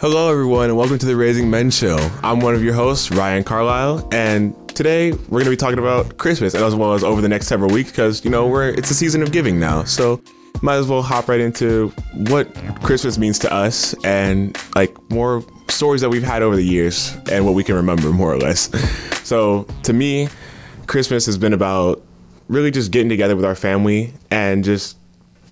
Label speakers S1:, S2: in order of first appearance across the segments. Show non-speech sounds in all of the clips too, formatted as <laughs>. S1: Hello, everyone, and welcome to the Raising Men Show. I'm one of your hosts, Ryan Carlisle, and today we're going to be talking about Christmas and as well as over the next several weeks because you know we're it's a season of giving now, so might as well hop right into what Christmas means to us and like more stories that we've had over the years and what we can remember more or less. So to me, Christmas has been about really just getting together with our family and just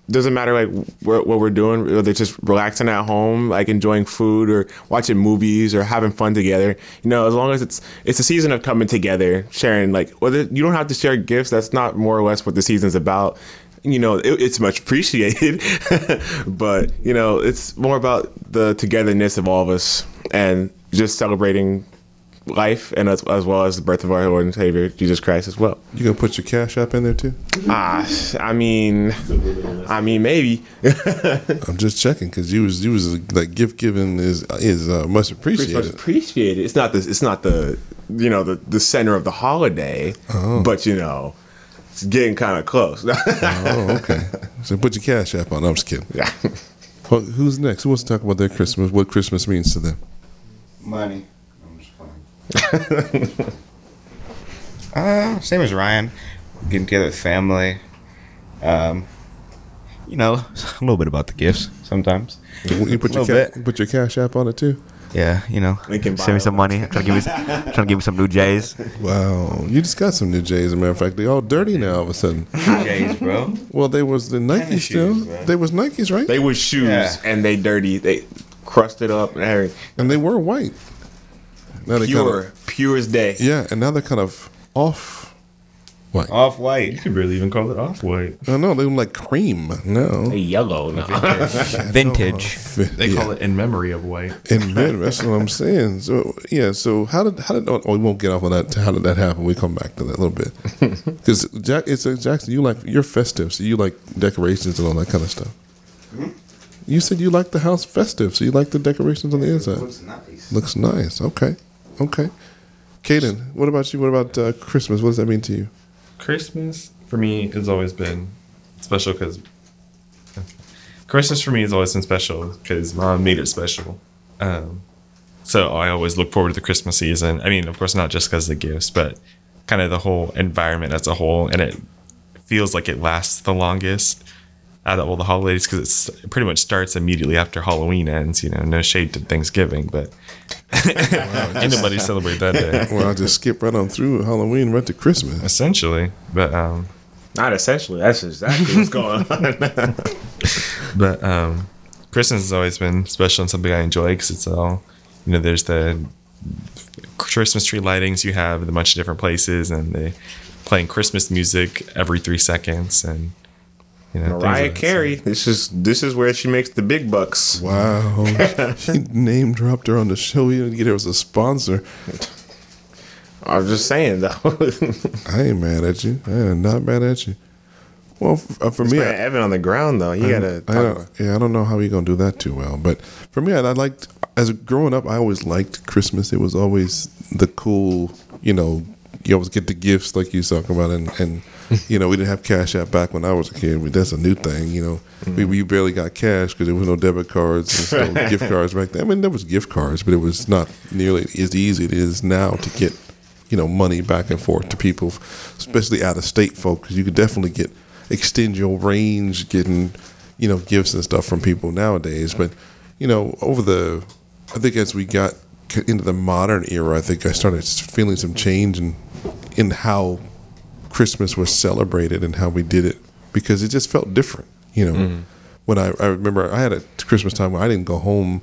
S1: doesn't matter like wh- what we're doing whether it's just relaxing at home like enjoying food or watching movies or having fun together you know as long as it's it's a season of coming together sharing like whether you don't have to share gifts that's not more or less what the season's about you know it, it's much appreciated <laughs> but you know it's more about the togetherness of all of us and just celebrating life and as, as well as the birth of our lord and savior jesus christ as well
S2: You gonna put your cash app in there too?
S1: ah i mean i mean maybe
S2: I'm just checking because you was you was like gift giving is is uh, much
S1: Christmas
S2: appreciated.
S1: appreciated. It's not the it's not the you know the the center of the holiday, but you know it's getting kind of close. <laughs>
S2: Oh, okay. So put your cash app on. I'm just kidding. Well, who's next? Who wants to talk about their Christmas? What Christmas means to them?
S3: Money. I'm just playing. <laughs> uh, same as Ryan. Getting together with family. Um, you know, <laughs> a little bit about the gifts sometimes.
S2: You put your
S3: Little
S2: ca-
S3: bit.
S2: you put your cash app on it too.
S3: Yeah, you know.
S1: Lincoln
S4: Send me some
S1: Bio.
S4: money. I'm trying to give me some, trying to give me some new J's.
S2: Wow, you just got some new J's. As a matter of fact, they all dirty now. All of a sudden.
S3: Jays, <laughs> bro.
S2: Well, they was the Nike
S3: Tennis
S2: still.
S3: shoes, man.
S2: They was Nikes, right?
S1: They were shoes
S3: Yeah.
S1: and they dirty. They crusted up and everything.
S2: and they were white. Now they
S1: Pure,
S2: Kind of,
S1: pure as day.
S2: yeah, and now they're kind of off. White. Oh.
S3: Off white.
S5: You barely even call it off white.
S2: no, they were like cream. No.
S1: They <laughs> yellow now.
S4: Vintage.
S5: They call it in memory of white.
S2: And man, that's what I'm saying. So yeah, so how did how did oh, we won't get off on that? How did that happen? We come back to that a little bit because Jack, it's uh, Jackson. You like you're festive, so you like decorations and all that kind of stuff. You said you like the house festive, so you like the decorations on the inside. Looks,
S3: Looks nice.
S2: nice. Okay, okay. Kaden, what about you? What about uh, Christmas? What does that mean to you?
S5: Christmas for me has always been special because Christmas for me has always been special because mom made it special. Um, so I always look forward to the Christmas season. I mean, of course, not just because of the gifts, but kind of the whole environment as a whole. And it feels like it lasts the longest out of all the holidays because it pretty much starts immediately after Halloween ends. You know, no shade to Thanksgiving, <laughs> but <laughs> ain't nobody celebrate that day.
S2: Well, I just skip right on through Halloween right to
S5: <laughs>
S2: Christmas.
S5: Essentially, but um,
S1: Not essentially. That's exactly what's <laughs> going on.
S5: But um, Christmas has always been special and something I enjoy because it's all, you know, there's the Christmas tree lightings you have in a bunch of different places, and they playing Christmas music every three seconds, and you know, things
S1: Mariah
S5: like that.
S1: Carey. This is this is where she makes the big bucks.
S2: Wow, he name dropped her on the show. He didn't get her as a sponsor.
S1: I'm just saying though. <laughs>
S2: I ain't mad at you. I am not mad at you. Well, f- uh, for me,
S1: yeah.
S2: I,
S1: Evan on the ground though. You gotta.
S2: I
S1: talk-
S2: don't, yeah, I don't know how you gonna do that too well. But for me, I, I liked as a- growing up, I always liked Christmas. It was always the cool, you know, you always get the gifts like you was talking about, and
S1: <laughs>
S2: and you know, we didn't have Cash App back when I was a kid. But that's a new thing, you know.
S1: Mm.
S2: We, we barely got cash because there was no debit cards,
S1: <laughs>
S2: and no gift cards back then. I mean, there was gift cards, but it was not nearly as easy as it is now to get you know money back and forth to people, especially out of state folk, because you could definitely get extend your range getting you know gifts and stuff from people nowadays. But you know, over the I think as we got c- into the modern era, I think I started s- feeling some change in in how Christmas was celebrated and how we did it because it just felt different. You know, when I, I remember I had a Christmas time where I didn't go home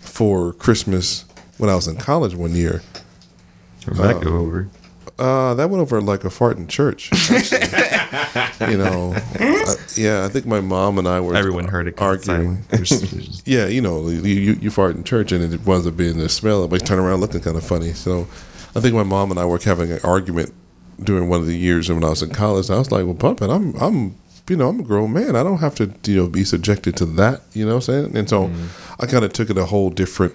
S2: for Christmas when I was in college one year.
S5: That go over.
S2: Uh, that went over like a fart in church.
S5: <laughs>
S2: actually. you know, I, yeah, I think my mom and I were
S5: Everyone heard it. 'cause it's
S2: arguing.
S5: silent. There's- there's- <laughs>
S2: Yeah, you know, you, you you fart in church and it winds up being the smell. Everybody turn around looking kind of funny. So, I think my mom and I were having an argument during one of the years when I was in college. I was like, "Well, pumping, I'm I'm you know I'm a grown man. I don't have to you know be subjected to that. You know what I'm saying?" And so, I kind of took it a whole different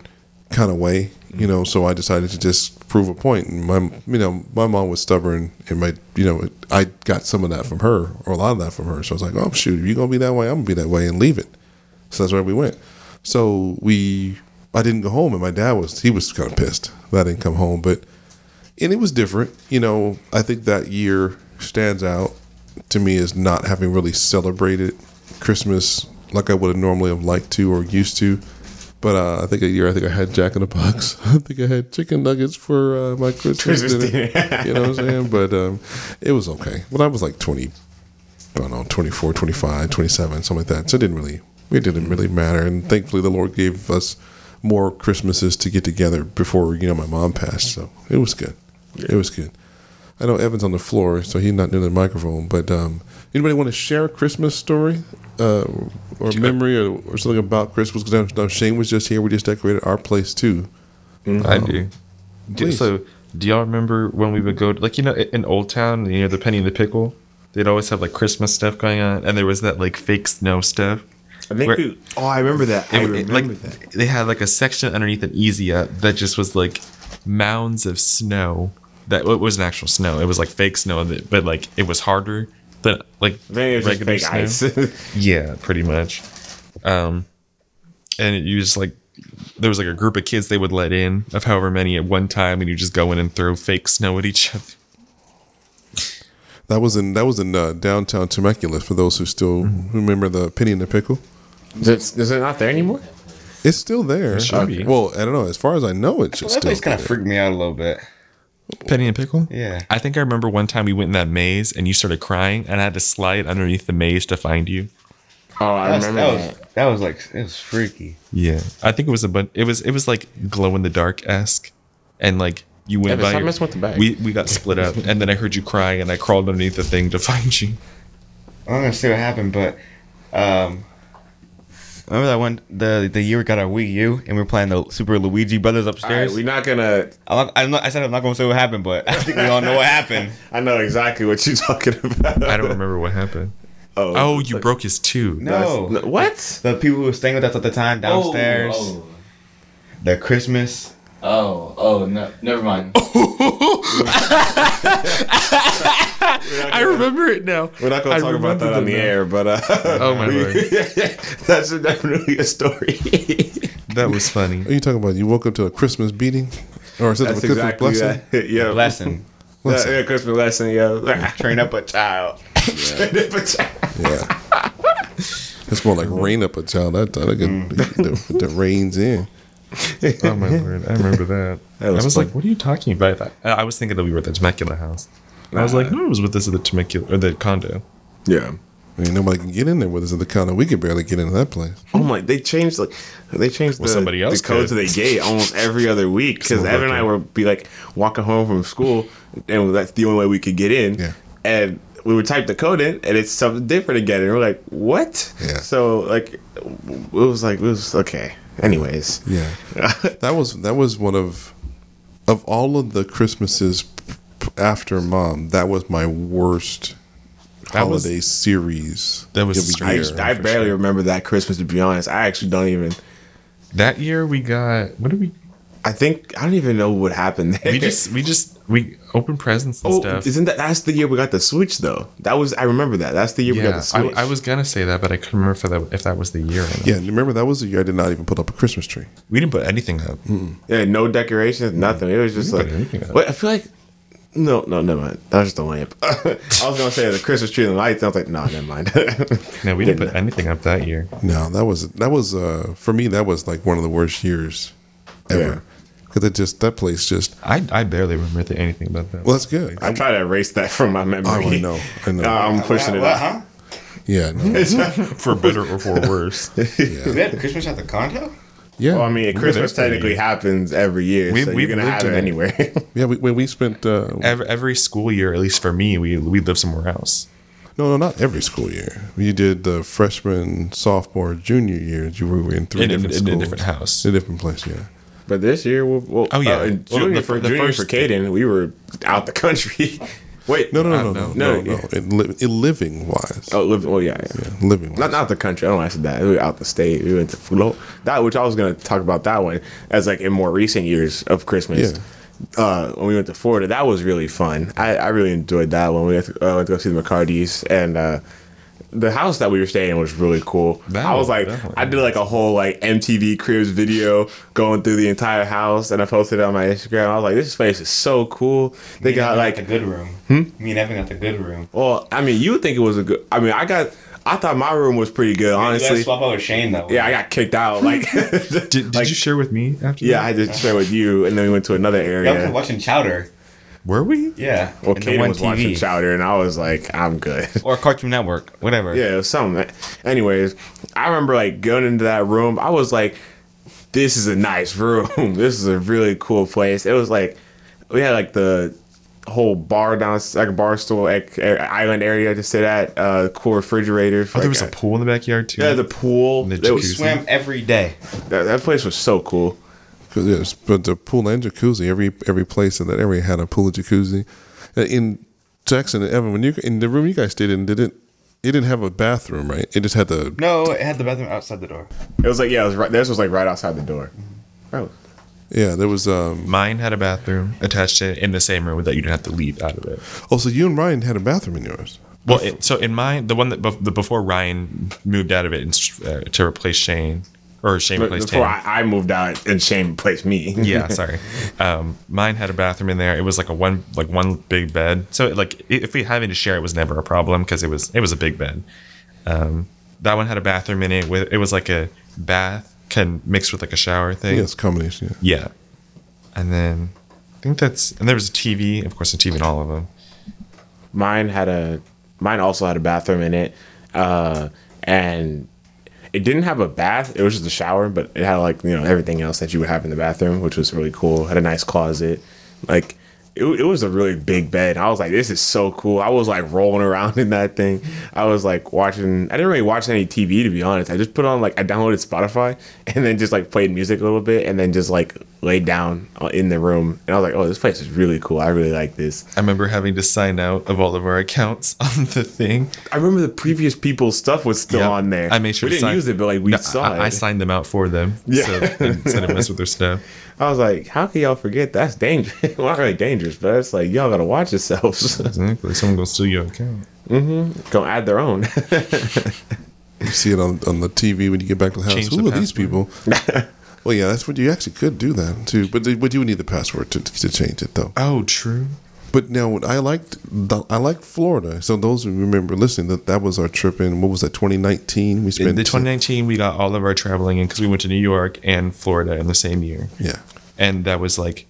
S2: kind of way, you know. So I decided to just prove a point. And my, you know, my mom was stubborn, and my, you know, I got some of that from her, or a lot of that from her. So I was like, oh shoot, if you're gonna be that way, I'm gonna be that way, and leave it. So that's where we went. So we I didn't go home, and my dad was he was kind of pissed that I didn't come home, but and it was different. You know, I think that year stands out to me as not having really celebrated Christmas like I would have normally have liked to or used to. But uh, I think a year, I think I had Jack in the Box. <laughs> I think I had chicken nuggets for uh, my Christmas,
S1: Christmas
S2: dinner. you know what I'm saying? But um, it was okay. When I was like 20, I don't know, 24, 25, 27, something like that. So it didn't really, it didn't really matter. And thankfully, the Lord gave us more Christmases to get together before, you know, my mom passed. So it was good. It was good. I know Evan's on the floor, so he's not near the microphone. But um, anybody want to share a Christmas story uh, or memory or, or something about Christmas? Because I know Shane was just here. We just decorated our place too.
S5: I do. Do-
S2: Please.
S5: So, do y'all remember when we would go, like, you know, i- in Old Town, you know, the Penny and the Pickle? They'd always have, like, Christmas stuff going on, and there was that, like, fake snow stuff.
S1: I think
S5: Where-
S1: we, oh, I remember that. I
S5: It- it-
S1: remember
S5: like,
S1: that.
S5: They had, like, a section underneath an Easy Up that just was, like, mounds of snow. That it was an actual snow. It was, like, fake snow, that- but, like, it was harder than, like,
S1: I think it was just fake ice. <laughs>
S5: Yeah, pretty much. Um, and you just like there was like a group of kids they would let in of however many at one time, and you just go in and throw fake snow at each other.
S2: That was in that was in uh, downtown Temecula. For those who still remember the penny and the pickle,
S1: is, it not there anymore?
S2: it's still there.
S5: should be.
S2: Well, I don't know. As far as I know, it's
S3: Well,
S2: just still
S3: that place kind of freaked me out a little bit.
S5: Penny and pickle.
S3: Yeah.
S5: I think I remember one time we went in that maze and you started crying, and I had to slide underneath the maze to find you.
S1: Oh, I
S3: That was,
S1: remember
S3: that was
S1: that.
S3: that was like it was freaky.
S5: Yeah, I think it was a but it was it was like glow in the dark esque, and like you went
S1: Evan,
S5: by.
S1: stop
S5: your-
S1: messing with the bag.
S5: We we got split up, and then I heard you crying, and I crawled underneath the thing to find you.
S3: I'm not gonna see what happened, but um, remember that one the the year we got our Wii U and we were playing the Super Luigi Brothers
S1: All right,
S3: upstairs.
S1: we're not gonna.
S3: I'm not, I'm not, I said I'm not gonna say what happened, but I think we all <laughs> know what happened.
S1: I know exactly what you're <laughs> talking about.
S5: I don't remember what happened.
S1: Oh,
S5: <laughs> Oh, you broke his tooth.
S3: No,
S1: No, what?
S3: the people who were staying with us at the time downstairs,
S6: Oh,
S3: the Christmas.
S6: oh, oh, no, never mind.
S5: I remember it now.
S1: We're not gonna
S5: I
S1: talk about
S5: remember
S1: that on the
S5: now.
S1: air, but uh, oh <laughs>
S5: my word.
S1: that's definitely a story.
S5: That was funny.
S2: Are you talking about you woke up to a Christmas beating, or is that a
S1: that's
S2: Christmas
S1: exactly
S2: blessing?
S1: that. <laughs> Yeah,
S3: Lesson:
S1: Yeah, yeah, Christmas lesson. <laughs> Yeah,
S3: <laughs> Train up a child.
S2: Yeah.
S5: <laughs>
S2: It's more like rain up a child. That that
S5: Mm.
S2: could the, the rains in.
S1: <laughs>
S5: Oh my word! I remember that.
S1: That was
S5: I was
S1: fun.
S5: like, "What are you talking about?" That I was thinking that we were at the Temecula house. I was like, "No, it was with us at the Temecula or the condo."
S1: yeah.
S2: Ain't nobody can get in there with us at the counter. We can barely get into that place.
S1: Oh my! They changed like they changed the,
S5: somebody else
S1: the code
S5: could.
S1: to the gate almost every other week because
S5: Someone
S1: Evan and I
S5: broke
S1: would be like walking home from school, and that's the only way we could get in.
S2: Yeah.
S1: And we would type the code in, and it's something different again. And we're like, "What?"
S2: Yeah.
S1: So like, it was like it was okay. Anyways,
S5: <laughs>
S2: Yeah, that was that was one of of all of the Christmases p- p- after mom. That was my worst
S5: That was-
S2: holiday series.
S5: That was
S2: of
S5: a
S1: I,
S5: Yeah,
S1: just- I
S5: for
S1: barely
S5: sure.
S1: remember that Christmas. To be honest, I actually don't even.
S5: That year we got what did we?
S1: I think I don't even know what happened there.
S5: We just we just we opened presents and
S1: Oh,
S5: stuff.
S1: isn't that that's the year we got the Switch though? That was I remember that. That's the year we got
S5: Yeah,
S1: the Switch.
S5: I, I was gonna say that, but I couldn't remember if that, if that was the year. Or not.
S2: Yeah, and remember that was the year I did not even put up a Christmas tree.
S5: We didn't put anything up.
S1: Yeah, no decorations, nothing. It was just
S5: You
S1: like.
S5: can put anything up.
S1: Wait, I feel like. No, no, never mind. That was just a lamp. <laughs> I was gonna say the Christmas tree and the lights. and I was like, no, never mind. <laughs>
S5: No, we didn't put anything up that year.
S2: No, that was that was uh for me that was like one of the worst years ever. Because it just that place just
S5: I, I barely remember th- anything about that.
S2: well that's good.
S1: I try to erase that from my memory.
S2: Oh, I know, I
S1: <laughs>
S2: know.
S1: Nah, I'm pushing it
S3: What,
S1: out.
S3: huh?
S1: <laughs>
S2: yeah, no,
S5: for better or for worse. <laughs>
S3: We had Christmas at the condo.
S2: yeah.
S1: Well, I mean, Christmas
S5: there for
S1: technically happens every year,
S5: We-
S1: so
S5: we've
S1: you're gonna
S5: lived
S1: have it
S5: in it.
S1: anyway.
S2: yeah. We, when we spent uh,
S5: every, every school year, at least for me, we we lived somewhere else.
S2: no, no, not every school year. We did the freshman, sophomore, junior years. You were in three
S5: In a-
S2: different
S5: in a
S2: schools,
S5: different house.
S2: in a different place. Yeah,
S1: <laughs> but this year, we'll, we'll,
S5: Oh, yeah.
S1: uh, in
S5: Well,
S1: junior
S5: the-
S1: for
S5: the
S1: junior for
S5: first-
S1: Caden, we were out the country. <laughs> Wait,
S2: no, no, no, no, no, no,
S1: no,
S2: no.
S1: yeah.
S2: In, li- in living wise,
S1: Oh, live, oh yeah, yeah.
S2: living wise.
S1: Not not the country. I don't actually that. We were out the state. We went to Flo. That which I was gonna talk about that one as like in more recent years of Christmas.
S2: Yeah.
S1: Uh, when we went to Florida, that was really fun. I, I really enjoyed that one. We went to, uh, went to go see the McCartys and uh, the house that we were staying in was really cool.
S2: That
S1: I was
S2: was
S1: like,
S2: definitely
S1: I did like a whole like MTV Cribs video going through the entire house, and I posted it on my Instagram. I was like, this place is so cool. They got like
S3: the good room. Hmm? Me and Evan got the good room.
S1: Well, I mean, you would think it was a good. I mean, I got. I thought my room was pretty good,
S3: you guys
S1: honestly.
S3: swap out with Shane though.
S1: Yeah, I got kicked
S5: <laughs>
S1: out. Like, <laughs>
S5: Did, did you share with me after?
S1: yeah,
S5: that?
S1: I had to share with you, and then we went to another
S3: Y'all were
S1: area.
S3: watching Chowder.
S5: Were we?
S3: Yeah.
S1: Well,
S3: And the
S1: Kaden
S3: one
S1: was watching
S3: TV.
S1: Chowder, and I was like, I'm good. <laughs>
S3: Or Cartoon Network, whatever.
S1: yeah, it was something. Anyways, I remember like going into that room. I was like, this is a nice room. <laughs> this is a really cool place. It was like we had like the whole bar down, like a bar stool, like, a- island area to sit at. Uh, cool refrigerators.
S5: Oh, there was a
S1: like,
S5: pool in the backyard too.
S1: Yeah, the pool.
S5: And the
S1: It was-
S5: jacuzzi.
S3: Swam every day.
S1: That, that place was so cool.
S2: 'Cause yes, but the pool and jacuzzi. Every every place in that area had a pool and jacuzzi. Uh, In Jackson and Evan, when you in the room you guys stayed in, did it? It didn't have a bathroom, right? It just had the
S3: No, it had the bathroom outside the door.
S1: It was like yeah, it was right, this was like right outside the door. Bro,
S2: yeah. There was um.
S5: Mine had a bathroom attached to it in the same room that you didn't have to leave out of it.
S2: Oh, so you and Ryan had a bathroom in yours.
S5: Well, it, so in mine, the one that bef- the before Ryan moved out of it and, s- uh, to replace Shane, or Shane
S1: but
S5: replaced
S1: before
S5: him.
S1: I, I moved out and Shane placed me.
S5: <laughs> yeah, sorry. Um, mine had a bathroom in there. It was like a one like one big bed. So like i- if we having to share, it was never a problem because it was it was a big bed. Um, that one had a bathroom in it. With it was like a bath can mixed with like a shower thing.
S2: Yes, combination. Yeah.
S5: Yeah. And then I think that's and there was a TV, of course, a TV in all of them.
S1: mine had a mine also had a bathroom in it, uh, and it didn't have a bath. It was just a shower, but it had like you know everything else that you would have in the bathroom, which was really cool. Had a nice closet, like. It, it was a really big bed. I was like, this is so cool. I was like rolling around <laughs> in that thing. I was like watching. I didn't really watch any TV to be honest. I just put on like I downloaded Spotify <laughs> and then just like played music a little bit and then just like laid down uh, in the room. And I was like, oh, this place is really cool. I really like this.
S5: I remember having to sign out of all of our accounts <laughs> on the thing.
S1: I remember the previous people's stuff was still
S5: Yep.
S1: on there.
S5: I made sure
S1: we didn't
S5: sign-
S1: use it, but like we
S5: No,
S1: saw
S5: I,
S1: it.
S5: I
S1: I,
S5: signed them out for them. Yeah. So they didn't mess with their stuff.
S1: was like, how can y'all forget? That's dangerous. <laughs> well, not really dangerous, but it's like y'all gotta watch yourselves. <laughs>
S5: Exactly. Someone gonna steal your account.
S1: Gonna add their own.
S2: You see it on, on the TV when you get back to the house.
S5: Change
S2: Who
S5: the
S2: are these people?
S5: <laughs>
S2: well, yeah, that's what you actually could do that too. But they- but you would need the password to, to change it though.
S5: Oh, true.
S2: But now what I liked the, I liked Florida. So those who remember listening that that was our trip in what was that 2019? We
S5: In
S2: spent
S5: the 2019, we got all of our traveling in because we went to New York and Florida in the same year,
S2: Yeah.
S5: and that was like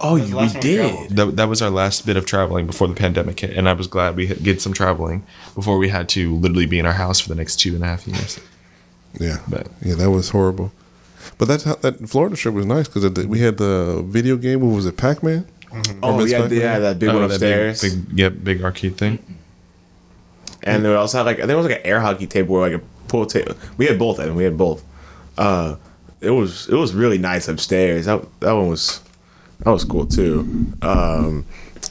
S1: oh,
S3: the
S1: you, we
S3: last time we
S1: did.
S3: traveled.
S5: that, that was our last bit of traveling before the pandemic hit, and I was glad we had- did some traveling before we had to literally be in our house for the next two and a half years.
S2: Yeah.
S5: But-
S2: yeah, that was horrible. But that's how that Florida trip was nice because we had the video game. What was it, Pac Man?
S1: Oh,
S2: Miss
S1: yeah,
S2: Blackman?
S1: yeah, that big one
S5: Oh, that big-
S1: upstairs.
S5: big, yeah, big arcade thing.
S1: And they also had like I think it was like an air hockey table or like a pool table. We had both, and we had both. Uh, it was it was really nice upstairs. That that one was that was cool too. Um,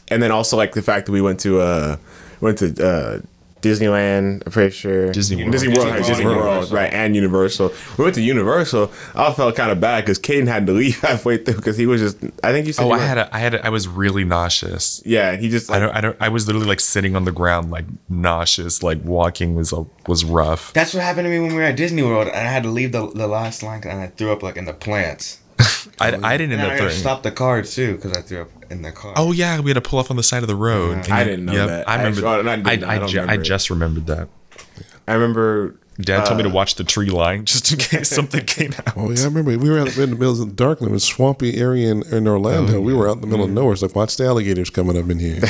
S1: and then also like the fact that we went to uh went to uh Disneyland. I'm pretty sure
S5: Disney World.
S1: Disney World,
S3: Disney
S1: Disney
S3: World.
S1: World, right? And Universal. We went to Universal. I felt kind of bad because Caden had to <laughs> leave halfway through because he was just. I think you said.
S5: Oh,
S1: you
S5: I
S1: were-
S5: had a, I had, a, I was really nauseous.
S1: Yeah, he just.
S5: I
S1: Like,
S5: don't, I don't, I was literally like sitting on the ground, like nauseous, like walking was uh, was rough.
S3: That's what happened to me when we were at Disney World, and I had to leave the, the last line and I threw up like in the plants.
S5: I, I
S3: And
S5: didn't end
S3: I had
S5: up
S3: to
S5: throwing.
S3: stop the car too because I threw up in the car.
S5: Oh yeah, we had to pull off on the side of the road. And-
S1: I didn't know that.
S5: I remember.
S1: Actually, I
S5: I,
S1: didn't-
S5: I,
S1: I don't
S5: ju- I
S1: remember it.
S5: just remembered that.
S1: I remember.
S5: Dad told
S1: Uh,
S5: me to watch the tree line <laughs> just in
S1: <laughs>
S5: case something came out.
S2: Oh yeah, I remember we were out in the middle of the darkness, it was swampy area in, in
S1: Oh,
S2: Orlando. We were out in the middle of nowhere. It's like, watch the alligators coming up
S1: <laughs>
S2: in here.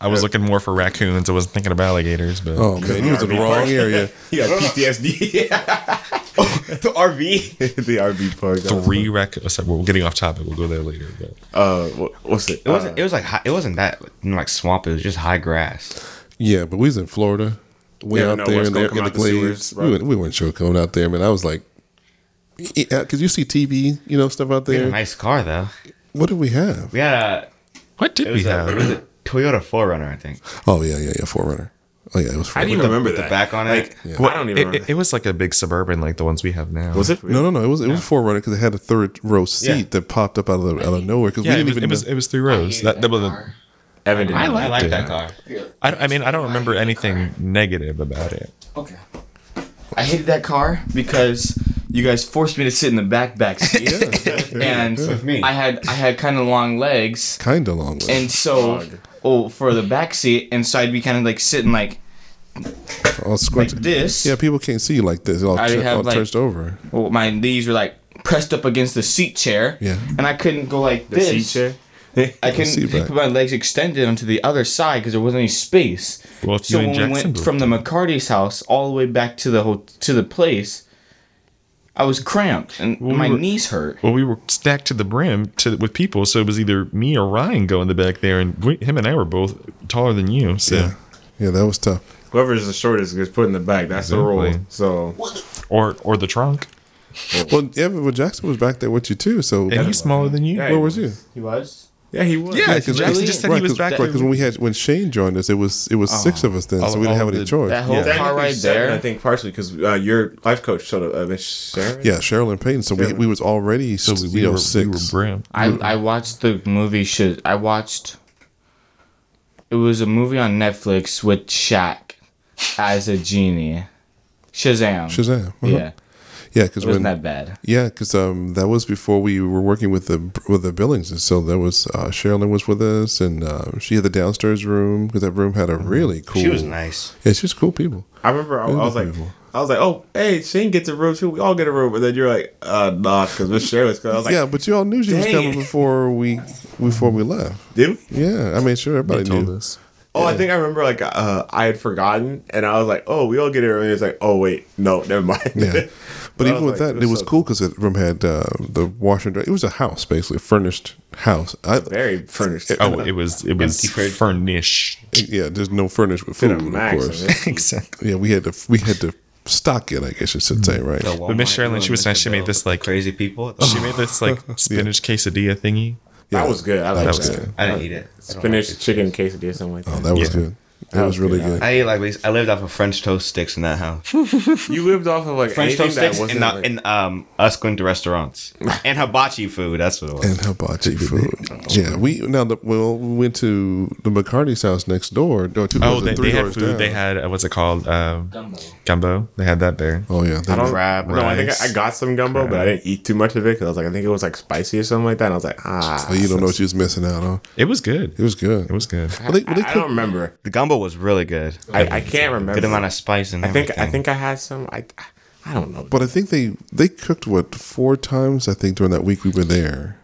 S5: I was looking more for raccoons. I wasn't thinking of alligators, but
S2: Oh man, he was in the wrong area.
S1: He
S5: <laughs>
S1: got PTSD.
S3: <laughs> the RV.
S1: <laughs> the RV park. that was
S5: three raccoons. Sorry, we're getting off topic. We'll go there later. But.
S1: uh, wh- what's it?
S3: It wasn't. it was like high, it wasn't that you know, like swamp. It was just high grass.
S2: Yeah, but we was in Florida. Way
S1: Never
S2: out
S1: know
S2: there
S1: what's
S2: in,
S1: gonna
S2: the
S1: come
S2: in the
S1: out the sewers,
S2: glades.
S1: right?
S2: we, weren't, we weren't sure coming out there, man. I was like, because you see TV, you know, stuff out
S3: We had
S2: there.
S3: a nice car though.
S2: What did we have?
S3: We had a.
S5: What did
S3: It
S5: we
S3: was, a, it
S5: have?
S3: was a Toyota 4Runner, I think.
S2: Oh yeah, yeah, yeah, Forerunner. Oh yeah, it was.
S1: I didn't
S2: Forerunner.
S1: even remember
S3: with the
S1: that.
S3: back on it.
S1: like, I don't even.
S5: It,
S1: remember.
S5: it, it was like a big suburban, like the ones we have now.
S1: was it?
S2: No, no, no. It was it was Forerunner because it had a third row seat
S3: Yeah.
S2: that popped up out of the, out of nowhere because
S5: Yeah,
S2: we
S5: it
S2: didn't
S5: was,
S2: even.
S5: it was.
S2: know-
S5: It was three rows.
S6: hated
S5: That, that
S6: that
S5: was.
S6: car.
S1: Evan didn't.
S3: I
S1: like
S3: like
S5: it.
S3: that car.
S5: I, I mean, I don't remember anything negative about it.
S6: Okay. I hated that car because you guys forced me to sit in the back back
S3: <laughs>
S6: seat, and
S2: With
S3: me.
S6: I had I had kind of long legs,
S2: Kind of long way.
S6: and so oh for the back seat, and so I'd be kind of like sitting like
S2: all
S6: like
S2: squinted.
S6: this.
S2: yeah, people can't see you like this. All,
S6: I
S2: tur-
S6: have,
S2: all
S6: like-
S2: turched over.
S6: Well, my knees were like pressed up against the seat chair,
S2: Yeah.
S6: and I couldn't go like this.
S1: seat chair.
S5: <laughs>
S6: I
S2: seat
S6: couldn't
S2: back.
S6: put my legs extended onto the other side because there wasn't any space.
S5: Well, if
S6: So
S5: you
S6: when we
S5: inject
S6: went from the McCarty's house all the way back to the ho- to the place, I was cramped and
S5: we
S6: my
S5: were-
S6: knees hurt.
S5: Well, we were stacked to the brim to, with people, so it was either me or Ryan going the back there, and we, him and I were both taller than you. So,
S2: Yeah. Yeah, that was tough.
S1: Whoever's the shortest gets put in the back. That's the rule.
S5: Exactly.
S1: So
S5: or or the trunk,
S2: Well, yeah, but Jackson was back there with you too. So
S5: and he's smaller than you.
S1: Yeah.
S2: where was you?
S6: He was.
S1: yeah, he was.
S5: Yeah,
S2: because
S5: Jackson just said he was back there. Oh.
S2: because when we had when Shane joined us, it was it was six of us then, so
S5: All-
S2: we didn't
S5: all
S2: have any
S5: the-
S2: choice.
S6: That whole
S5: Yeah.
S6: car
S1: Technically
S6: right
S1: seven,
S6: there.
S1: I think partially because uh, your life coach showed up. Uh, Miss Sharon.
S2: Yeah, Cheryl and Peyton. So we, we was already
S5: So
S2: you
S5: we
S2: know,
S5: were,
S2: six.
S5: we were brim.
S6: I, I watched the movie. Should I watched? It was a movie on Netflix with Shaq as a genie. Shazam.
S2: Shazam. Uh-huh.
S6: Yeah,
S2: yeah, because
S6: it wasn't
S2: when
S6: that bad.
S2: yeah, because um that was before we were working with the with the Billings, and so there was uh, Sherilyn was with us, and uh, she had the downstairs room because that room had a
S1: Mm-hmm.
S2: really cool.
S3: She was nice.
S2: Yeah, she was cool people.
S1: I remember I, I was like,
S2: Beautiful.
S1: I was like, oh, hey, Shane gets a room too. We all get a room, but then you're like, uh, nah, because Miss Sharon was. Cause I was like,
S2: yeah, but you all knew she was
S1: dang
S2: coming
S1: it.
S2: before we before we left.
S1: did we?
S2: Yeah, I mean, sure, everybody knew.
S5: us.
S1: Oh, I think I remember like uh, I had forgotten, and I was like, oh, we all get it, and it's like, oh wait, no, never mind. <laughs>
S2: Yeah. But
S1: I
S2: even
S1: was
S2: with
S1: like,
S2: that, it was
S1: so
S2: cool because the room had uh, the washer and dryer. It was a house, basically, a furnished house. I,
S1: Very furnished.
S5: Oh, it was it was
S3: Empty
S2: <laughs>
S3: fridge.
S5: furnished.
S2: yeah, there's no furnished with food,
S1: Did a
S2: of
S1: max of
S2: course.
S1: it.
S5: exactly.
S2: Yeah, we had to we had to stock it. I guess you should say, right?
S5: But Miss Sherilyn, she was nice. She made this like
S3: crazy people.
S5: <laughs> she made this
S2: <laughs>
S5: like spinach quesadilla thingy.
S2: Yeah.
S1: That was good. I
S2: That
S1: like
S2: was
S1: that.
S2: good.
S3: I didn't eat it. I don't
S1: Spinach
S3: like it.
S1: chicken quesadilla, something like
S2: Oh,
S1: that.
S2: that was
S5: Yeah.
S2: good. That
S1: That
S2: was
S1: was
S2: really
S1: good.
S2: good.
S3: I ate like basi- I lived off of French toast sticks in that house.
S1: you lived off of like
S3: French
S1: anything
S3: toast
S1: that
S3: sticks
S1: wasn't
S3: and, uh,
S1: like,
S3: and um, <laughs> us going to restaurants and hibachi food. That's what it was.
S2: and hibachi food. Yeah, we now the, well we went to the McCarty's house next door. No, two
S5: Oh,
S2: doors-
S5: they,
S2: three
S5: they had
S2: doors
S5: food.
S2: down.
S5: They had uh, what's it called? Um,
S6: Gumbo.
S5: gumbo. They had that there.
S2: Oh yeah, they
S1: I don't.
S3: crab,
S1: no, I think I, I got some gumbo, but I didn't eat too much of it because I was like, I think it was like spicy or something like that. And I was like, ah,
S2: oh, you don't know what you was missing out on.
S5: It was good.
S2: It was good.
S5: It was good.
S2: Well, they, well, they
S1: I, I
S2: cooked-
S1: don't remember.
S3: The gumbo was really good.
S1: I, I can't remember.
S3: Good amount of spice and
S1: I think
S3: everything.
S1: I think I had some. I I don't know.
S2: But I think they they cooked what four times I think during that week we were there.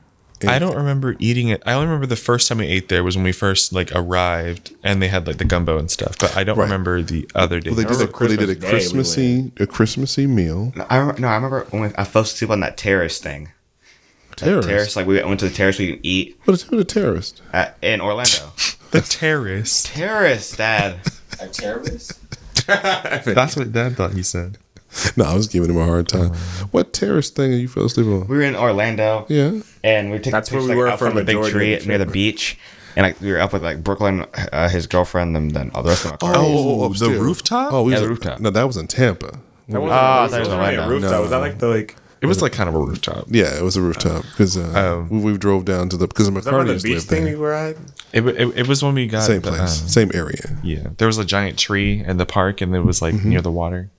S5: I don't remember eating it. I only remember the first time we ate there was when we first like arrived and they had like the gumbo and stuff. But I don't remember the other day.
S2: Well, they did,
S1: remember
S2: a, well, they did a
S1: Christmas Day we
S2: Christmassy a Christmassy meal.
S3: No, I rem- no, I remember when I fell asleep on that terrace thing.
S2: Terrorist.
S3: Terrace, like we went to the terrace we can eat
S2: But it's who the <laughs> terrorist?
S3: at, in <laughs> Orlando.
S5: the terrace.
S3: terrace, Dad.
S6: A terrorist.
S5: That's what Dad thought he said.
S2: No, I was giving him a hard time. What terrorist thing you fell asleep on?
S3: We were in Orlando.
S2: Yeah.
S3: and we were taking
S1: That's where
S3: pictures,
S1: we
S3: like,
S1: were
S3: up
S1: for a
S3: from the big
S1: majority of
S3: tree
S1: the
S3: near the beach, and like we were up with like Brooklyn, uh, his girlfriend, and then all the rest of my car.
S2: Oh,
S5: the rooftop?
S2: Oh, we
S3: Yeah,
S2: was
S3: the
S2: at-
S3: rooftop.
S2: No, that was in Tampa.
S1: That wasn't,
S3: Ah,
S1: that
S3: that
S1: wasn't
S3: was the
S1: really a
S3: lineup.
S1: rooftop.
S2: No.
S1: Was that like the like?
S5: It was like kind of a rooftop.
S2: Yeah, it was a rooftop because uh,
S5: Oh.
S2: we, we drove down to the because the
S1: Um, Was that where the
S2: McCartys
S1: beach
S2: lived
S1: thing Uh-huh. we
S2: there.
S1: were at?
S5: It, wa- it, it was when we got
S2: Same
S5: the,
S2: place,
S5: um,
S2: same area.
S5: yeah, there was a giant tree in the park, and it was like near the water.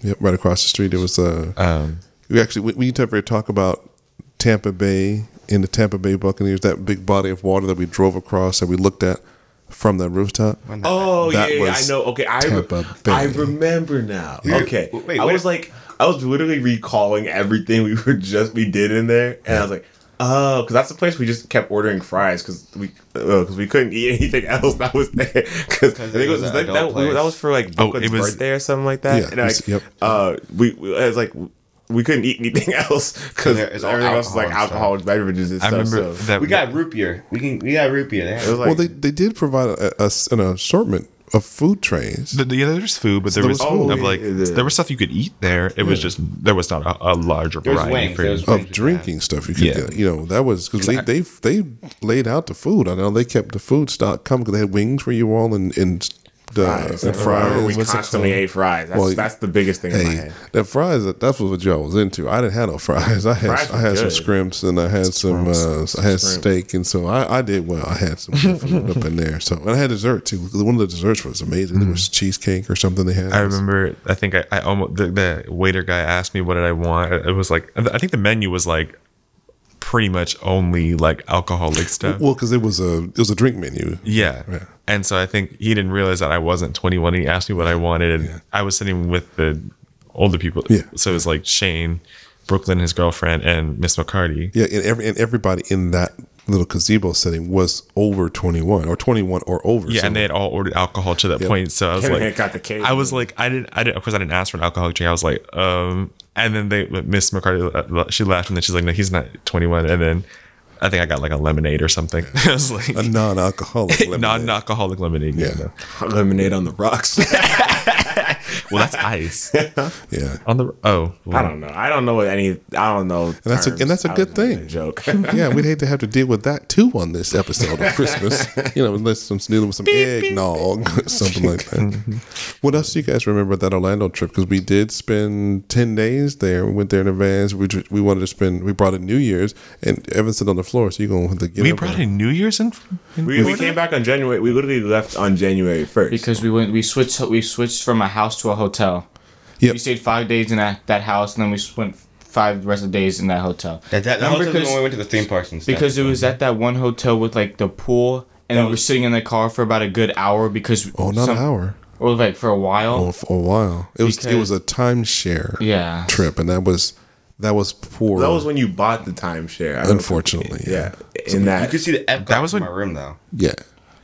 S2: Yep, right across the street. It was uh,
S5: Um,
S2: We actually we, we need to ever talk about Tampa Bay and the Tampa Bay Buccaneers. That big body of water that we drove across that we looked at from that rooftop.
S1: Oh
S2: That
S1: yeah, yeah,
S2: was
S1: I know. Okay, I re-
S2: Tampa Bay.
S1: I remember now. Okay,
S3: wait,
S1: I
S3: wait.
S1: was like, I was literally recalling everything we <laughs> were just we did in there, and I was like, oh, because that's the place we just kept ordering fries because we because we couldn't eat <laughs> anything else that was there because I think
S3: it
S1: it was,
S3: was an
S1: like,
S3: adult
S1: that, we were- that
S3: place.
S1: was for like
S5: Oh,
S1: Brooklyn's
S5: it was-
S1: birthday or something like that.
S2: Yeah,
S1: and like,
S2: it's- yep.
S1: uh, we, we I was like. We couldn't eat anything <laughs> else because
S3: There is
S1: everything
S3: all
S1: else is like
S3: alcohol
S1: alcoholic beverages and
S5: I
S1: stuff.
S5: remember
S1: so.
S5: that
S3: we got root beer. We can. We got root beer. They
S1: it was
S3: had-
S1: like,
S2: well, they they did provide a, a- an assortment of food trays.
S5: The, the, yeah, there's food, but there
S2: There
S5: was,
S2: was
S5: food
S2: food.
S5: of like
S1: Yeah, yeah.
S5: there was stuff you could eat there. It was just there was not a, a larger
S3: There was
S5: variety
S3: wings,
S5: of food.
S3: there was-
S2: of drinking stuff you could
S5: Yeah.
S2: get. You know, that was because they, they they laid out the food. I know they kept the food stock coming because they had wings for you all and and the that
S1: I remember "Oh, we
S2: fries. What's it
S1: constantly
S2: called?
S1: ate fries. That's,
S2: Well,
S1: that's the biggest thing in my
S2: Hey,
S1: head.
S2: that fries. That's what Joe was into. I didn't have no fries. <laughs> I had
S1: Fries
S2: I had
S1: were
S2: some scrimps and I had some uh, I had steak and so I, I did well. I had some good food up in there. So and I had dessert too. One of the desserts was amazing. There was cheesecake or something they had.
S5: Mm. I remember. I think I, I almost the, the waiter guy asked me what did I want. It was like I think the menu was like pretty much only like alcoholic stuff.
S2: Well, because it was a it was a drink menu.
S5: yeah. And so I think he didn't realize that I wasn't 21. He asked me what I wanted, and I was sitting with the older people.
S2: Yeah.
S5: So it was like Shane, Brooklyn, his girlfriend, and Miss McCarty.
S2: Yeah, and every and everybody in that little gazebo setting was over twenty one or twenty one or over.
S5: Yeah,
S2: So
S5: and they had all ordered alcohol to that point. So I was
S1: Kevin
S5: like,
S1: had got the cake.
S5: I was like, I didn't, I didn't. Of course, I didn't ask for an alcoholic drink. I was like, um, and then they, Miss McCarty, uh, she laughed, and then she's like, no, he's not 21. And then I think I got like a lemonade or something. <laughs> I was like,
S2: a non
S5: <laughs>
S2: alcoholic
S5: non-alcoholic lemonade. Yeah.
S2: Yeah.
S5: no.
S1: Lemonade on the rocks.
S5: Well, that's ice
S2: Yeah.
S5: <laughs> on the. Oh,
S1: <laughs> I don't know. I don't know what any. I don't know. And
S2: that's a- and that's a good thing.
S1: joke.
S2: Yeah, we'd hate to have to deal with that too on this episode of Christmas.
S5: <laughs>
S2: You know, unless I'm dealing with some eggnog, <laughs> something like that.
S5: <laughs>
S2: what else do you guys remember about that Orlando trip? Because we did spend ten days there. We went there in advance. We ju- we wanted to spend. We brought in New Year's, and Evan sat on the floor, so you're gonna have to get.
S5: we
S2: up
S5: brought
S2: there.
S5: in New Year's in. in
S1: we, we
S5: Florida?
S1: came back on January. We literally left on January first.
S6: because we went we switched we switched from a house to a hotel.
S2: Yep.
S6: We stayed five days in that, that house, and then we spent five rest of the days in that hotel.
S3: That, that, that
S6: Remember
S3: was when we
S6: because-
S3: went to the theme parks and stuff.
S6: because it was at that one hotel with like the pool, and we were sitting in the car for about a good hour because
S2: Oh, not
S6: some-
S2: an hour.
S6: or like for a while.
S2: Oh, for a while. It was it was
S6: Because-
S2: a timeshare
S6: Yeah,
S2: trip, and that was that was poor.
S1: That was when you bought the timeshare. I don't
S2: unfortunately.
S1: think- Yeah. In
S3: you
S1: that.
S3: could see the Epcot
S5: That was
S3: from
S5: when-
S3: my room though.
S2: yeah,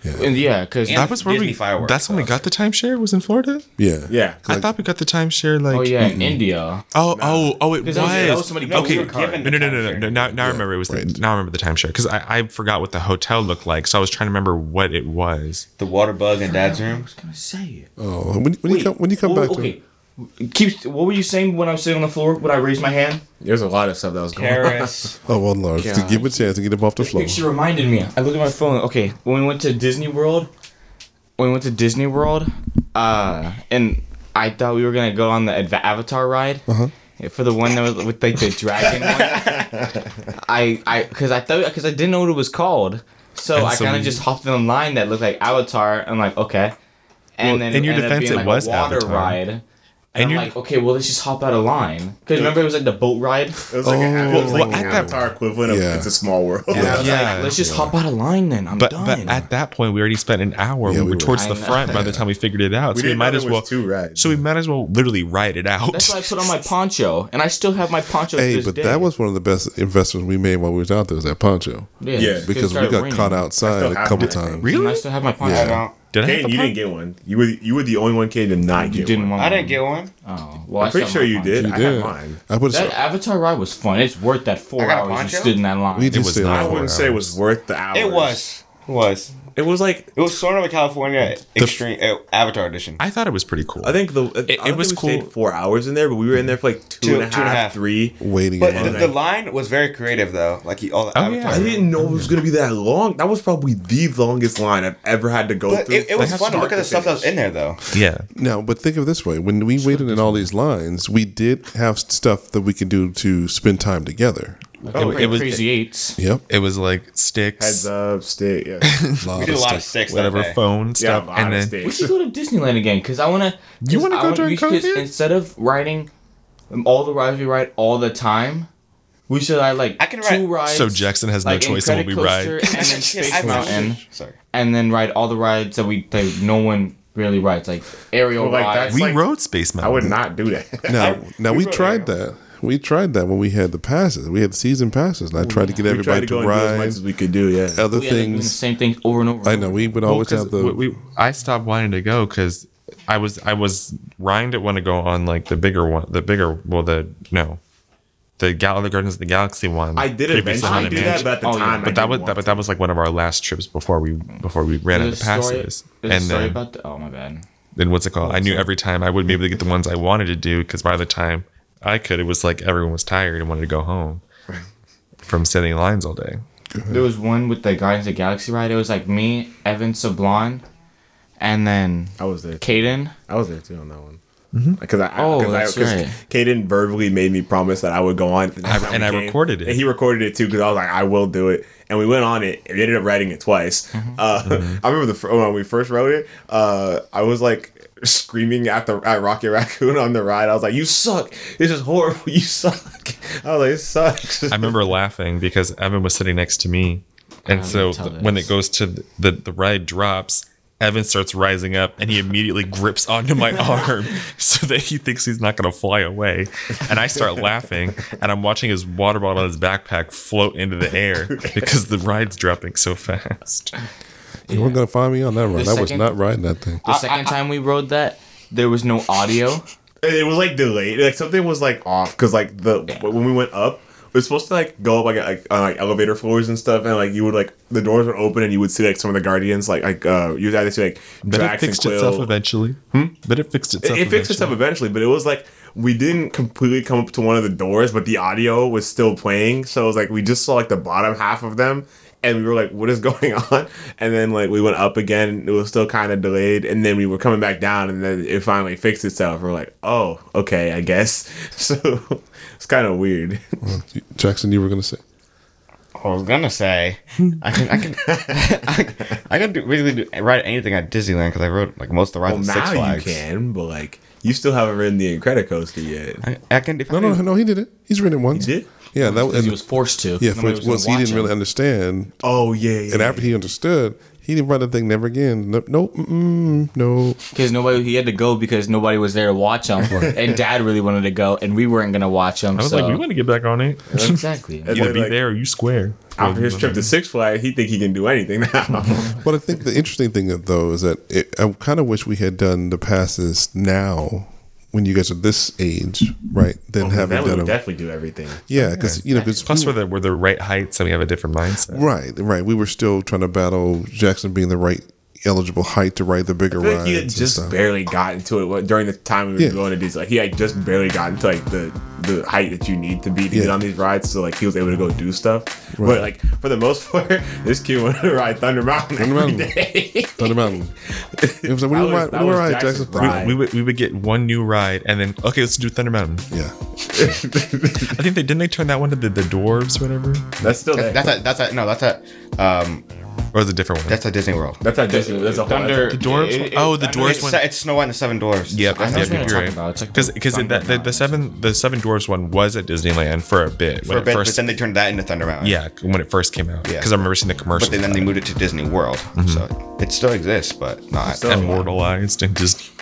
S2: yeah, yeah.
S6: and yeah, because
S3: And-
S5: That was where
S3: Disney
S5: we.
S3: fireworks,
S5: that's when we
S3: though.
S5: got the timeshare. Was in Florida.
S2: yeah.
S1: Yeah.
S5: I thought we got the timeshare. Like
S6: oh yeah, in India.
S5: Oh, oh, oh, it was.
S6: Because that was- that was somebody
S3: we
S5: okay.
S3: were given
S5: No,
S3: the
S5: no, no, no,
S3: timeshare.
S5: no. Now, now I remember it was. The,
S2: right.
S5: now I remember the timeshare because I, I forgot what the hotel looked like, so I was trying to remember what it was.
S3: The water bug in Dad's
S6: I
S3: room.
S6: was gonna say it.
S2: Oh, when, when you come when you come
S6: Well,
S2: back, to,
S6: okay. Keep. What were you saying when I was sitting on the floor? Would I raise my hand?
S1: There's a lot of stuff that was going on.
S3: <laughs> Paris.
S2: oh well, Lord, to give him a chance to get him off the floor.
S6: She reminded me. I looked at my phone. Okay, when we went to Disney World, when we went to Disney World, uh, and I thought we were gonna go on the adv- Avatar ride
S5: Uh-huh.
S6: for the one that was with like the dragon one.
S5: <laughs>
S6: I I because I thought because I didn't know what it was called, so
S5: And
S6: I
S5: so
S6: kind of
S5: we-
S6: just hopped in a line that looked like Avatar. I'm like, okay, and
S5: Well,
S6: then
S5: in your
S6: ended up
S5: defense,
S6: being,
S5: it
S6: like,
S5: was
S6: a water
S5: Avatar.
S6: ride.
S5: And
S6: And I'm
S5: you're-
S6: like, okay, well, let's just hop out of line. Because remember, it was like the boat ride.
S1: It was like an
S2: Oh.
S1: it was like
S5: Well,
S1: an
S5: at that-
S1: Avatar equivalent of
S2: Yeah.
S1: It's a Small World. <laughs> Yeah.
S5: Yeah,
S6: Let's just hop out of line then. I'm
S5: but
S6: done.
S5: but at that point, we already spent an hour.
S2: Yeah,
S5: we,
S2: we
S5: were
S2: were.
S5: towards the
S6: I know.
S5: front by the time we figured it out, so we
S1: didn't
S5: might
S1: know
S5: as
S1: there
S5: well.
S1: was two rides.
S5: So we might as well literally ride it out.
S6: That's why I put on my poncho, and I still have my poncho. to
S2: Hey,
S6: this
S2: but
S6: day.
S2: that was one of the best investments we made while we was out there. Was that poncho?
S6: yeah,
S1: Yeah,
S6: it's
S2: Because we
S6: started
S2: got
S6: raining.
S2: caught
S1: still
S2: outside a
S1: have
S2: couple
S1: that.
S2: times.
S6: And
S5: <laughs>
S6: I
S5: really?
S6: still have my poncho.
S3: I don't.
S5: Did I have
S1: Kane,
S5: the
S1: you
S5: pump?
S1: didn't get one. You were you were the only one Kane to not
S6: You
S1: get
S6: didn't
S1: one.
S6: want.
S3: I didn't
S6: mine.
S3: get one.
S6: Oh, well, I
S1: I'm pretty sure
S6: still have
S1: you
S6: my
S1: did.
S2: You
S1: I
S2: did.
S1: had mine.
S2: I would
S6: That
S2: have.
S6: Avatar ride was fun. It's worth that four
S3: I got a
S6: hours you
S3: poncho?
S6: stood in that line.
S2: We did
S5: was
S2: stay
S5: not
S2: on
S1: I
S2: the floor.
S1: wouldn't say it was worth the hours.
S3: It was. It was.
S1: It was like
S3: It was Sort of a California Extreme uh, Avatar Edition.
S5: I thought it was pretty cool.
S1: I think the it,
S5: it
S1: was
S5: was
S1: we stayed
S5: cool.
S1: four hours in there, but we were in there for like two and a half, three.
S2: waiting.
S3: But
S2: in
S3: the,
S2: line.
S3: the line was very creative though. Like he, all the
S5: Oh,
S3: Avatar.
S5: yeah.
S1: I didn't know it was gonna be that long. That was probably the longest line I've ever had to go
S3: But
S1: through.
S3: it, it was
S1: from
S3: fun to
S1: start
S3: look at the stuff that was
S1: finish.
S3: in there though.
S5: yeah.
S2: Now, but think of it this way: when we waited in all these lines, we did have stuff that we could do to spend time together.
S6: They
S5: It-
S6: were
S5: it was
S6: crazy eights.
S2: Yep,
S5: <laughs> it was like sticks,
S1: Heads up, stick.
S3: <laughs>
S1: Yeah,
S3: We did a lot of sticks.
S5: whatever
S3: that day.
S5: phone
S1: yeah
S5: stuff,
S1: a lot
S5: and
S1: of
S5: then
S6: We
S1: sticks.
S6: should go to Disneyland again because I want to. You
S2: wanna go during COVID?
S6: Instead of riding um, all the rides we ride all the time, we should I like
S3: I can
S6: two
S3: ride-
S6: rides.
S5: so Jackson has no
S6: like,
S5: choice and will be
S6: Incredicoaster
S5: right.
S3: <laughs>
S6: And then
S3: Shit,
S6: Space
S3: I-
S6: Mountain.
S3: Sorry.
S6: and then ride all the rides that we that no one really rides, like aerial
S1: Well, like,
S6: rides.
S1: that's-
S5: We
S1: like-
S5: rode Space Mountain.
S1: I would not do
S3: <laughs>
S1: that. <laughs>
S2: Now, now
S3: we
S2: we
S3: rode
S2: tried that. We tried that when we had the passes. We had the season passes, and I tried to get
S1: we tried to
S2: everybody to,
S1: go and do as much
S2: ride
S1: as we could do. Yeah,
S2: other
S6: we ended up doing the
S2: things.
S6: same thing over and over.
S2: I know we would always
S5: Well,
S2: have the.
S5: Oh, 'cause we, we- I stopped wanting to go because I was I was Ryan didn't want to go on like the bigger one, the bigger well the no, the Gal the Gardens of the Galaxy one.
S1: I did
S5: previously
S1: eventually
S5: Haunted
S1: do that,
S5: Mansion.
S1: but at the
S6: Oh, yeah.
S1: time, I
S5: But that
S1: didn't
S5: was
S1: want
S5: that, but that was like one of our last trips before we before we ran out of
S6: There's a story-
S5: passes.
S6: there's a
S5: And
S6: story
S5: then,
S6: about the, oh my bad.
S5: then what's it called? I knew every time I wouldn't be able to get the ones I wanted to do because by the time I could, it was like everyone was tired and wanted to go home from standing in lines all day.
S6: There was one with the Guardians of the Galaxy ride. It was like me, Evan Sablon, and then
S1: I was there.
S6: Caden.
S1: I was there too on that one. Because I,
S6: Oh,
S1: because I,
S6: that's
S1: because
S6: right.
S1: Caden verbally made me promise that I would go on,
S5: I-
S1: <laughs>
S5: and I recorded it.
S1: And he recorded it too because I was like, I will do it. And we went on it, and we ended up writing it twice.
S5: Mm-hmm.
S1: Uh, <laughs> I remember the fir- when we first wrote it, uh, I was like screaming at the at Rocket Raccoon on the ride. I was like, "You suck! This is horrible! <laughs> You suck!" I was like, "It sucks." <laughs>
S5: I
S6: <laughs>
S5: remember laughing because Evan was sitting next to me, and so
S6: Oh, tell
S5: th- when
S6: this.
S5: it goes to th- the the ride drops, Evan starts rising up, and he immediately grips onto
S6: <laughs>
S5: my arm so that he thinks he's not going to fly away, and I start laughing, and I'm watching his water bottle in his backpack float into the air because the ride's dropping so
S6: <laughs>
S5: fast.
S2: You weren't gonna find me on that ride. I was
S6: second-
S2: not riding that thing.
S6: The second time we rode that, there was no audio.
S2: Oh,
S1: And it was like delayed. Like something was like off because like the when we went up, it was supposed to like go up like, like on like elevator floors and stuff, and like you would like the doors would open and you would see like some of the guardians like like uh you would either see like
S5: But
S1: Drax
S5: it fixed
S1: and Quill.
S5: itself eventually. Hmm? But it fixed
S1: It,
S5: itself.
S1: it fixed itself eventually, but it was like we didn't completely come up to one of the doors, but the audio was still playing, so it was like we just saw like the bottom half of them. And we were like, "What is <laughs> going on?" And then like we went up again. and It was still kind of delayed, and then we were coming back down, and then it finally fixed itself. We're like, "Oh, okay, I guess." <laughs> So it's kind of weird.
S2: Jackson, you were gonna say.
S3: I was gonna say I can I can <laughs> I, I can do, really do, ride anything at Disneyland because I rode like most of the rides
S1: Well,
S3: at Six
S1: now you
S3: Flags.
S1: can, but like you still haven't ridden the Incredicoaster yet.
S3: I, I can. If
S2: No,
S3: I
S2: no,
S3: didn't-
S2: no. He did it. He's ridden it once.
S1: did?
S2: Yeah, that was.
S6: He
S2: and-
S6: was forced to.
S2: yeah,
S6: Nobody
S2: for,
S6: gonna
S2: once he didn't
S6: watch
S2: really
S6: him.
S2: understand,
S1: Oh yeah, yeah.
S2: and after he understood, he didn't ride that thing never again. No, no, mm, no.
S6: because nobody he had to go because nobody was there to watch
S2: <laughs>
S6: him, and Dad really wanted to go, and we weren't gonna watch him.
S5: I was
S6: so.
S5: like, we want to get back on it.
S6: exactly.
S1: And
S5: Either
S1: then,
S5: be
S1: like,
S5: there or you square.
S1: after his <laughs> trip to Six Flags, he think he can do anything <laughs> now.
S2: But I think the interesting thing though is that it, I kind of wish we had done the passes now when you guys are this age, right? Than having
S1: that would
S2: done them.
S1: definitely do everything.
S2: Yeah, because you know, because
S5: Plus, we're the, we're the right heights, and we have a different mindset.
S2: Right, right. We were still trying to battle Jackson being the right eligible height to ride the bigger
S1: I feel like
S2: rides.
S1: he had
S2: and
S1: just
S2: stuff.
S1: barely gotten to it what- during the time we were
S2: Yeah.
S1: going to these. Like he had just barely gotten to like the the height that you need to be to get
S2: Yeah.
S1: on these rides. So like he was able to go do stuff. But like for the most <laughs> part, this kid wanted to ride Thunder Mountain every
S2: Mountain.
S1: day. <laughs>
S2: Thunder Mountain. It was
S1: That
S2: like, what do you
S1: was-
S2: ride? What
S1: that
S2: do you
S1: was
S2: ride,
S1: Jackson's
S2: Jackson?
S1: ride.
S5: We would, we would get one new ride and then okay let's do Thunder Mountain.
S2: Yeah.
S5: I think they didn't they turn that one to the, the dwarves whatever
S1: That's still there.
S3: That's a that's a no that's a um
S5: or was it a different one?
S3: that's a Disney World.
S1: That's not Disney. That's a
S6: Thunder.
S1: Whole,
S5: the dwarves.
S6: it- it-
S5: oh, the
S6: I mean,
S5: dwarves
S3: It's,
S5: one.
S3: se- it's Snow White and the Seven Dwarfs.
S5: yeah,
S6: I know
S5: that's
S6: what you're
S5: yeah,
S6: talking about. It's like
S5: Because because
S6: Thunder
S5: the, the,
S6: Mountain.
S5: the seven the seven dwarves one was at Disneyland for a bit
S3: for
S5: when
S3: a bit,
S5: it
S3: but
S5: first
S3: then they turned that into Thunder Mountain.
S5: yeah when it first came out
S3: Yeah.
S5: because I remember seeing the commercial.
S3: but then, then they moved it to Disney World,
S5: Mm-hmm.
S3: so it still exists, but not.
S1: Still-
S5: immortalized and just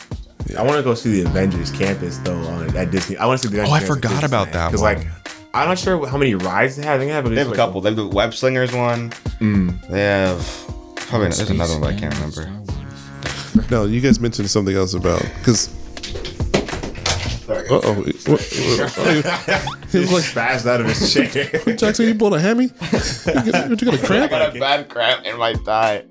S1: I want to go see the Avengers campus though on at Disney. I want to see the.
S2: Oh,
S1: Avengers
S5: I
S1: campus at
S5: forgot about
S1: Disneyland,
S5: that
S1: 'cause,
S5: one.
S1: like I'm not sure how many rides they have. I think they have, at
S3: they
S1: least,
S3: have a
S1: like,
S3: couple. They have the Web Slingers one.
S2: Mm.
S3: They have probably there's another one but I can't remember.
S2: No, you guys mentioned something else about because. Uh oh!
S1: <laughs> He was like fast out of his chair. <laughs>
S2: Jackson, you pulled a hammy. You got- you got a cramp?
S3: a bad cramp in my thigh.